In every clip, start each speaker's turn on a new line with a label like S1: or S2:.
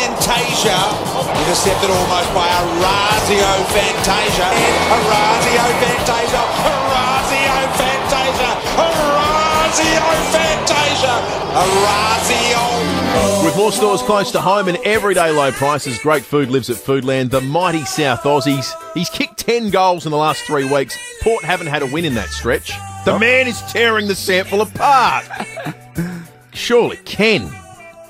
S1: Fantasia. Intercepted almost by Arazio Fantasia. And Arazio Fantasia. Arazio Fantasia. Arazio Fantasia. Arazio.
S2: With more stores close to home and everyday low prices, great food lives at Foodland. The mighty South Aussies. He's kicked 10 goals in the last three weeks. Port haven't had a win in that stretch. The man is tearing the sample apart. Surely, Ken,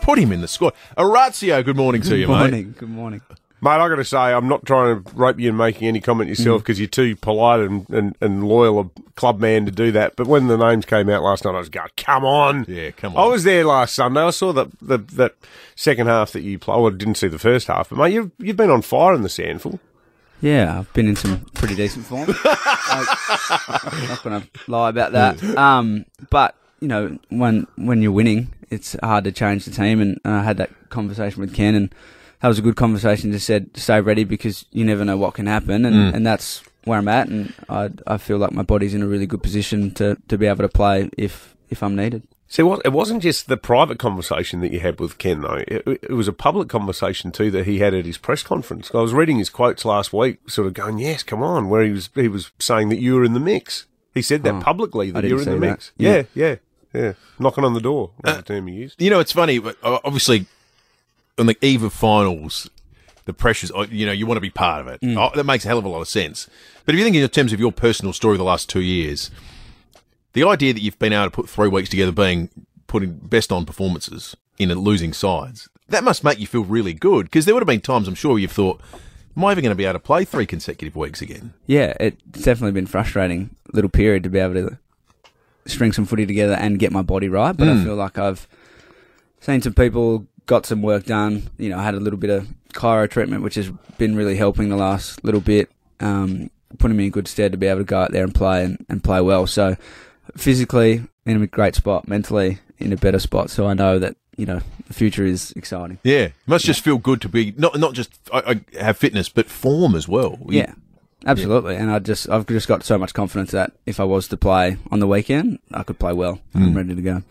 S2: put him in the squad. Orazio, good morning to you,
S3: Good
S2: mate.
S3: morning. Good morning.
S4: Mate, I got to say, I'm not trying to rope you in making any comment
S2: Mm.
S4: yourself because you're too polite and, and, and loyal a club man to do that. But when the names came out last night, I was going, "Come on,
S2: Yeah, come
S4: I
S2: on.
S4: was there last Sunday. I saw the, the that second half that you played. Well, I didn't see the first half, but mate, you've you've been on fire in the sandful.
S3: Yeah, I've been in some pretty decent form. I, am not going to lie about that. Um, but you know, when when you're winning, it's hard to change the team. And, and I had that conversation with Ken, and that was a good conversation. Just said, stay ready because you never know what can happen, and, and that's where I'm at. And I I feel like my body's in a really good position to, to be able to play if if I'm needed.
S4: See, what it wasn't just the private conversation that you had with Ken, though. It, it was a public conversation too that he had at his press conference. I was reading his quotes last week, sort of going, "Yes, come on," where he was he was saying that you were in the mix. He said that
S3: Oh,
S4: publicly
S3: I
S4: that
S3: didn't
S4: you're in
S3: say
S4: the
S3: that.
S4: mix. Yeah, yeah, yeah. Knocking on the door. Was the term he used.
S2: You know, it's funny, but uh, obviously, on the eve of finals, the pressures, uh, you know, you want to be part of it. Oh, that makes a hell of a lot of sense. But if you think in terms of your personal story the last two years, the idea that you've been able to put three weeks together being putting best on performances in a losing sides, that must make you feel really good because there would have been times, I'm sure, you've thought, am I ever going to be able to play three consecutive weeks again?
S3: Yeah, it's definitely been frustrating little period to be able to string some footy together and get my body right. But I feel like I've seen some people got some work done. You know, I had a little bit of chiro treatment, which has been really helping the last little bit, um, putting me in good stead to be able to go out there and play and, and play well. So physically in a great spot, mentally in a better spot. So I know that you know the future is exciting.
S2: Yeah, it must just feel good to be not not just I, I have fitness, but form as well. You-
S3: Yeah, absolutely. And I just I've just got so much confidence that if I was to play on the weekend, I could play well. I'm ready to go.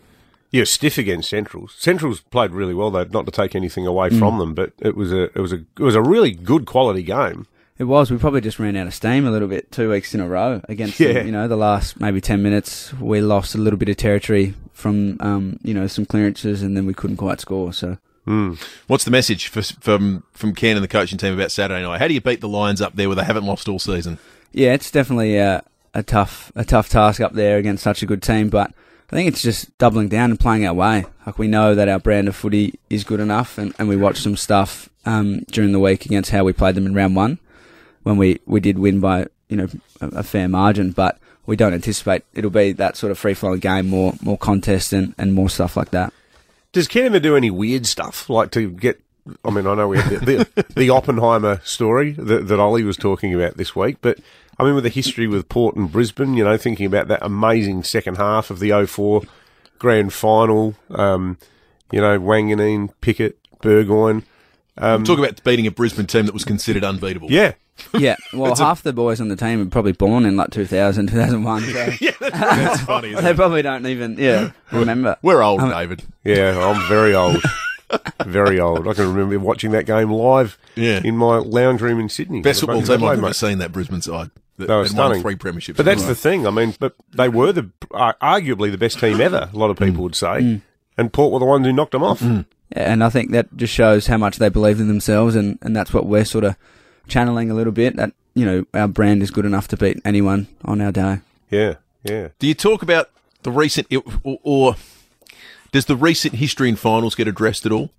S4: You're stiff against Centrals. Centrals played really well, though. Not to take anything away
S3: Hmm.
S4: from them, but it was a it was a it was a really good quality game.
S3: It was. We probably just ran out of steam a little bit two weeks in a row against. them.
S4: Yeah.
S3: you know, the last maybe ten minutes we lost a little bit of territory from um, you know some clearances, and then we couldn't quite score. So
S2: What's the message for, from from Ken and the coaching team about Saturday night? How do you beat the Lions up there where they haven't lost all season?
S3: Yeah, it's definitely a, a tough a tough task up there against such a good team, but I think it's just doubling down and playing our way. Like we know that our brand of footy is good enough, and, and we watched some stuff um, during the week against how we played them in round one when we, we did win by you know a, a fair margin, but we don't anticipate it'll be that sort of free flowing game, more more contest and, and more stuff like that.
S4: Does Ken ever do any weird stuff like to get? I mean, I know we had the, the, the Oppenheimer story that, that Ollie was talking about this week, but I mean, with the history with Port and Brisbane, you know, thinking about that amazing second half of the 04 grand final, um, you know, Wanganeen, Pickett, Burgoyne.
S2: Talk about beating a Brisbane team that was considered unbeatable.
S4: Um, Yeah.
S3: Yeah, well, half the boys on the team were probably born in like 2000, 2001. So
S2: that's funny. isn't
S3: they
S2: it?
S3: probably don't even yeah remember.
S2: We're old, David.
S4: Um, Yeah, I'm very old. very old. I can remember watching that game live
S2: Yeah.
S4: in my lounge room in Sydney.
S2: Best football team I've ever
S4: Mate.
S2: seen. That Brisbane side. That,
S4: That was
S2: that won
S4: stunning.
S2: three premierships.
S4: But that's the thing. I mean, but they were the uh, arguably the best team ever. A lot of people would say, and Port were the ones who knocked them off.
S3: And I think that just shows how much they believe in themselves, and, and that's what we're sort of channeling a little bit. That you know our brand is good enough to beat anyone on our day.
S4: Yeah, yeah.
S2: Do you talk about the recent or, or does the recent history in finals get addressed at all?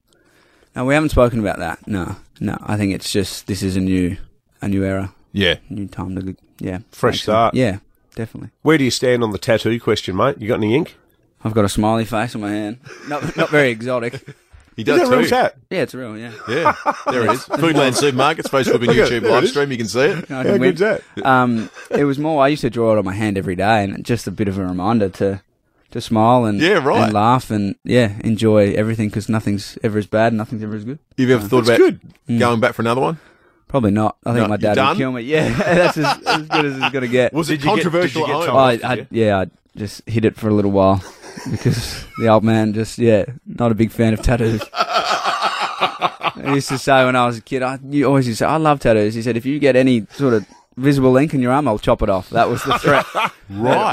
S3: Now we haven't spoken about that. No, no. I think it's just this is a new a new era,
S2: Yeah.
S3: new time to yeah
S4: Fresh
S3: make some-
S4: start.
S3: Yeah, definitely.
S4: Where do you stand on the tattoo question, mate? You got any ink?
S3: I've got a smiley face on my hand. Not not very exotic.
S2: He does
S4: Is that
S2: too.
S4: real tat?
S3: Yeah, it's real. Yeah.
S2: Yeah, there it is. Foodland Supermarket's Facebook and
S4: at-
S2: YouTube
S4: there it
S2: live
S4: is.
S2: stream. You can see it.
S3: I
S4: How
S3: didn't
S4: good's
S3: win.
S4: that?
S3: Um, it was more. I used to draw it on my hand every day, and just a bit of a reminder to to smile and
S2: Yeah, right.
S3: and laugh and yeah, enjoy everything because nothing's ever as bad, nothing's ever as good.
S2: Have you ever thought about going back for another one?
S3: Probably not. I think
S2: No,
S3: my
S2: you
S3: dad
S2: done?
S3: would kill me. Yeah, that's as, as good as it's gonna get.
S2: Was it
S4: Did you get- did you
S2: controversial?
S4: get
S2: at home?
S4: told?
S3: Oh, I, I yeah, I just hid it for a little while because the old man just yeah, not a big fan of tattoos. He used to say when I was a kid, I you always used to say, I love tattoos. He said, if you get any sort of visible ink in your arm, I'll chop it off. That was the threat.
S2: Right.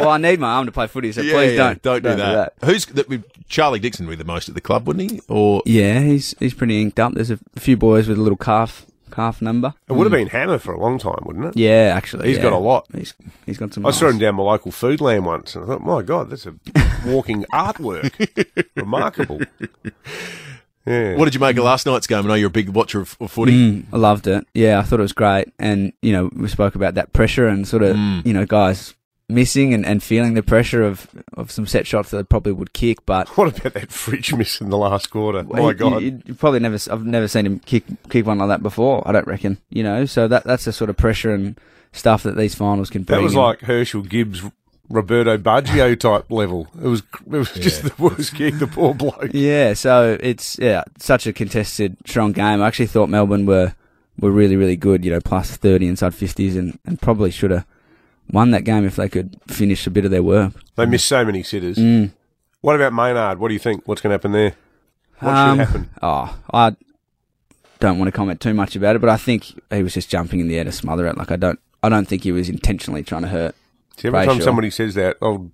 S3: Well, I need my arm to play footy, so
S2: Yeah,
S3: please
S2: yeah,
S3: don't.
S2: Don't do that. Who's that? we- Charlie Dixon would be the most at the club, wouldn't he? Or
S3: Yeah, he's he's pretty inked up. There's a few boys with a little calf calf number.
S4: It would have been Hammer for a long time, wouldn't it?
S3: Yeah, actually,
S4: He's
S3: yeah.
S4: got a lot.
S3: He's he's got some.
S4: I saw
S3: nice-
S4: him down my local Foodland once, and I thought, my God, that's a walking artwork. Remarkable. Yeah.
S2: what did you make of last night's game? I know you're a big watcher of, of footy.
S3: Mm, I loved it. Yeah, I thought it was great. And, you know, we spoke about that pressure and sort of,
S4: Mm.
S3: you know, guys missing and, and feeling the pressure of, of some set shots that they probably would kick. But
S4: What about that fridge miss in the last quarter? Oh my
S3: you-
S4: God.
S3: you, you probably never, s- I've never seen him kick, kick one like that before, I don't reckon, you know. So that that's the sort of pressure and stuff that these finals can bring.
S4: that was
S3: And
S4: like Herschel Gibbs, Roberto Baggio type level. It was, it was just the worst kick, the poor bloke.
S3: Yeah, so it's yeah, such a contested, strong game. I actually thought Melbourne were were really, really good. You know, plus thirty inside fifties, and, and probably should have won that game if they could finish a bit of their work.
S4: They missed so many sitters. What about Maynard? What do you think? What's going to happen there? What
S3: Um,
S4: should happen?
S3: Oh, I don't want to comment too much about it, but I think he was just jumping in the air to smother it. Like I don't, I don't think he was intentionally trying to hurt.
S4: See, every time
S3: Brayshaw.
S4: somebody says that, old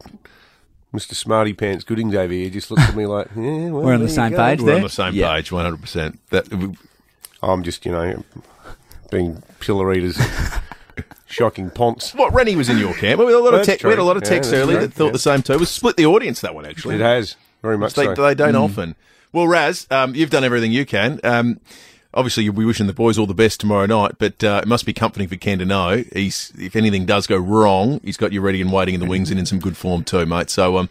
S4: Mr. Smarty Pants Goodings over here just looks at me like, yeah, well,
S3: We're on
S4: there
S3: the
S4: you
S3: same
S4: go.
S3: page
S2: We're
S3: there.
S2: on the same
S3: Yeah.
S2: page, one hundred percent. That
S4: I'm just, you know, being pilloried as shocking ponce.
S2: what Rennie was in your camp. We had a lot of
S4: That's
S2: tech, we had a
S4: true.
S2: lot of
S4: Yeah,
S2: texts
S4: that's
S2: earlier
S4: true.
S2: that thought
S4: Yeah.
S2: the same too. It was split the audience that one actually.
S4: It has, very much
S2: They,
S4: so.
S2: they don't often. Well, Raz, um, you've done everything you can. Um, obviously, you'll be wishing the boys all the best tomorrow night, but uh, it must be comforting for Ken to know he's if anything does go wrong, he's got you ready and waiting in the wings and in some good form too, mate. So, um,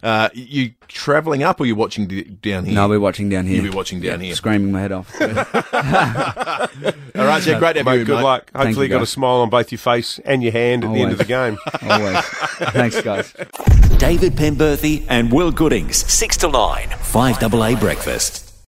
S2: uh, you travelling up or you watching d- down here?
S3: No, we're watching down here.
S2: You'll be watching down here.
S3: screaming my head off.
S2: all right, yeah, great to have
S4: Mate,
S2: you,
S4: good
S2: mate.
S4: luck. Hopefully,
S3: you,
S4: you got a
S3: guys.
S4: smile on both your face and your hand at the end of the game.
S3: Always. Thanks, guys.
S5: David Penberthy and Will Goodings, 6 to 9, 5AA Breakfast.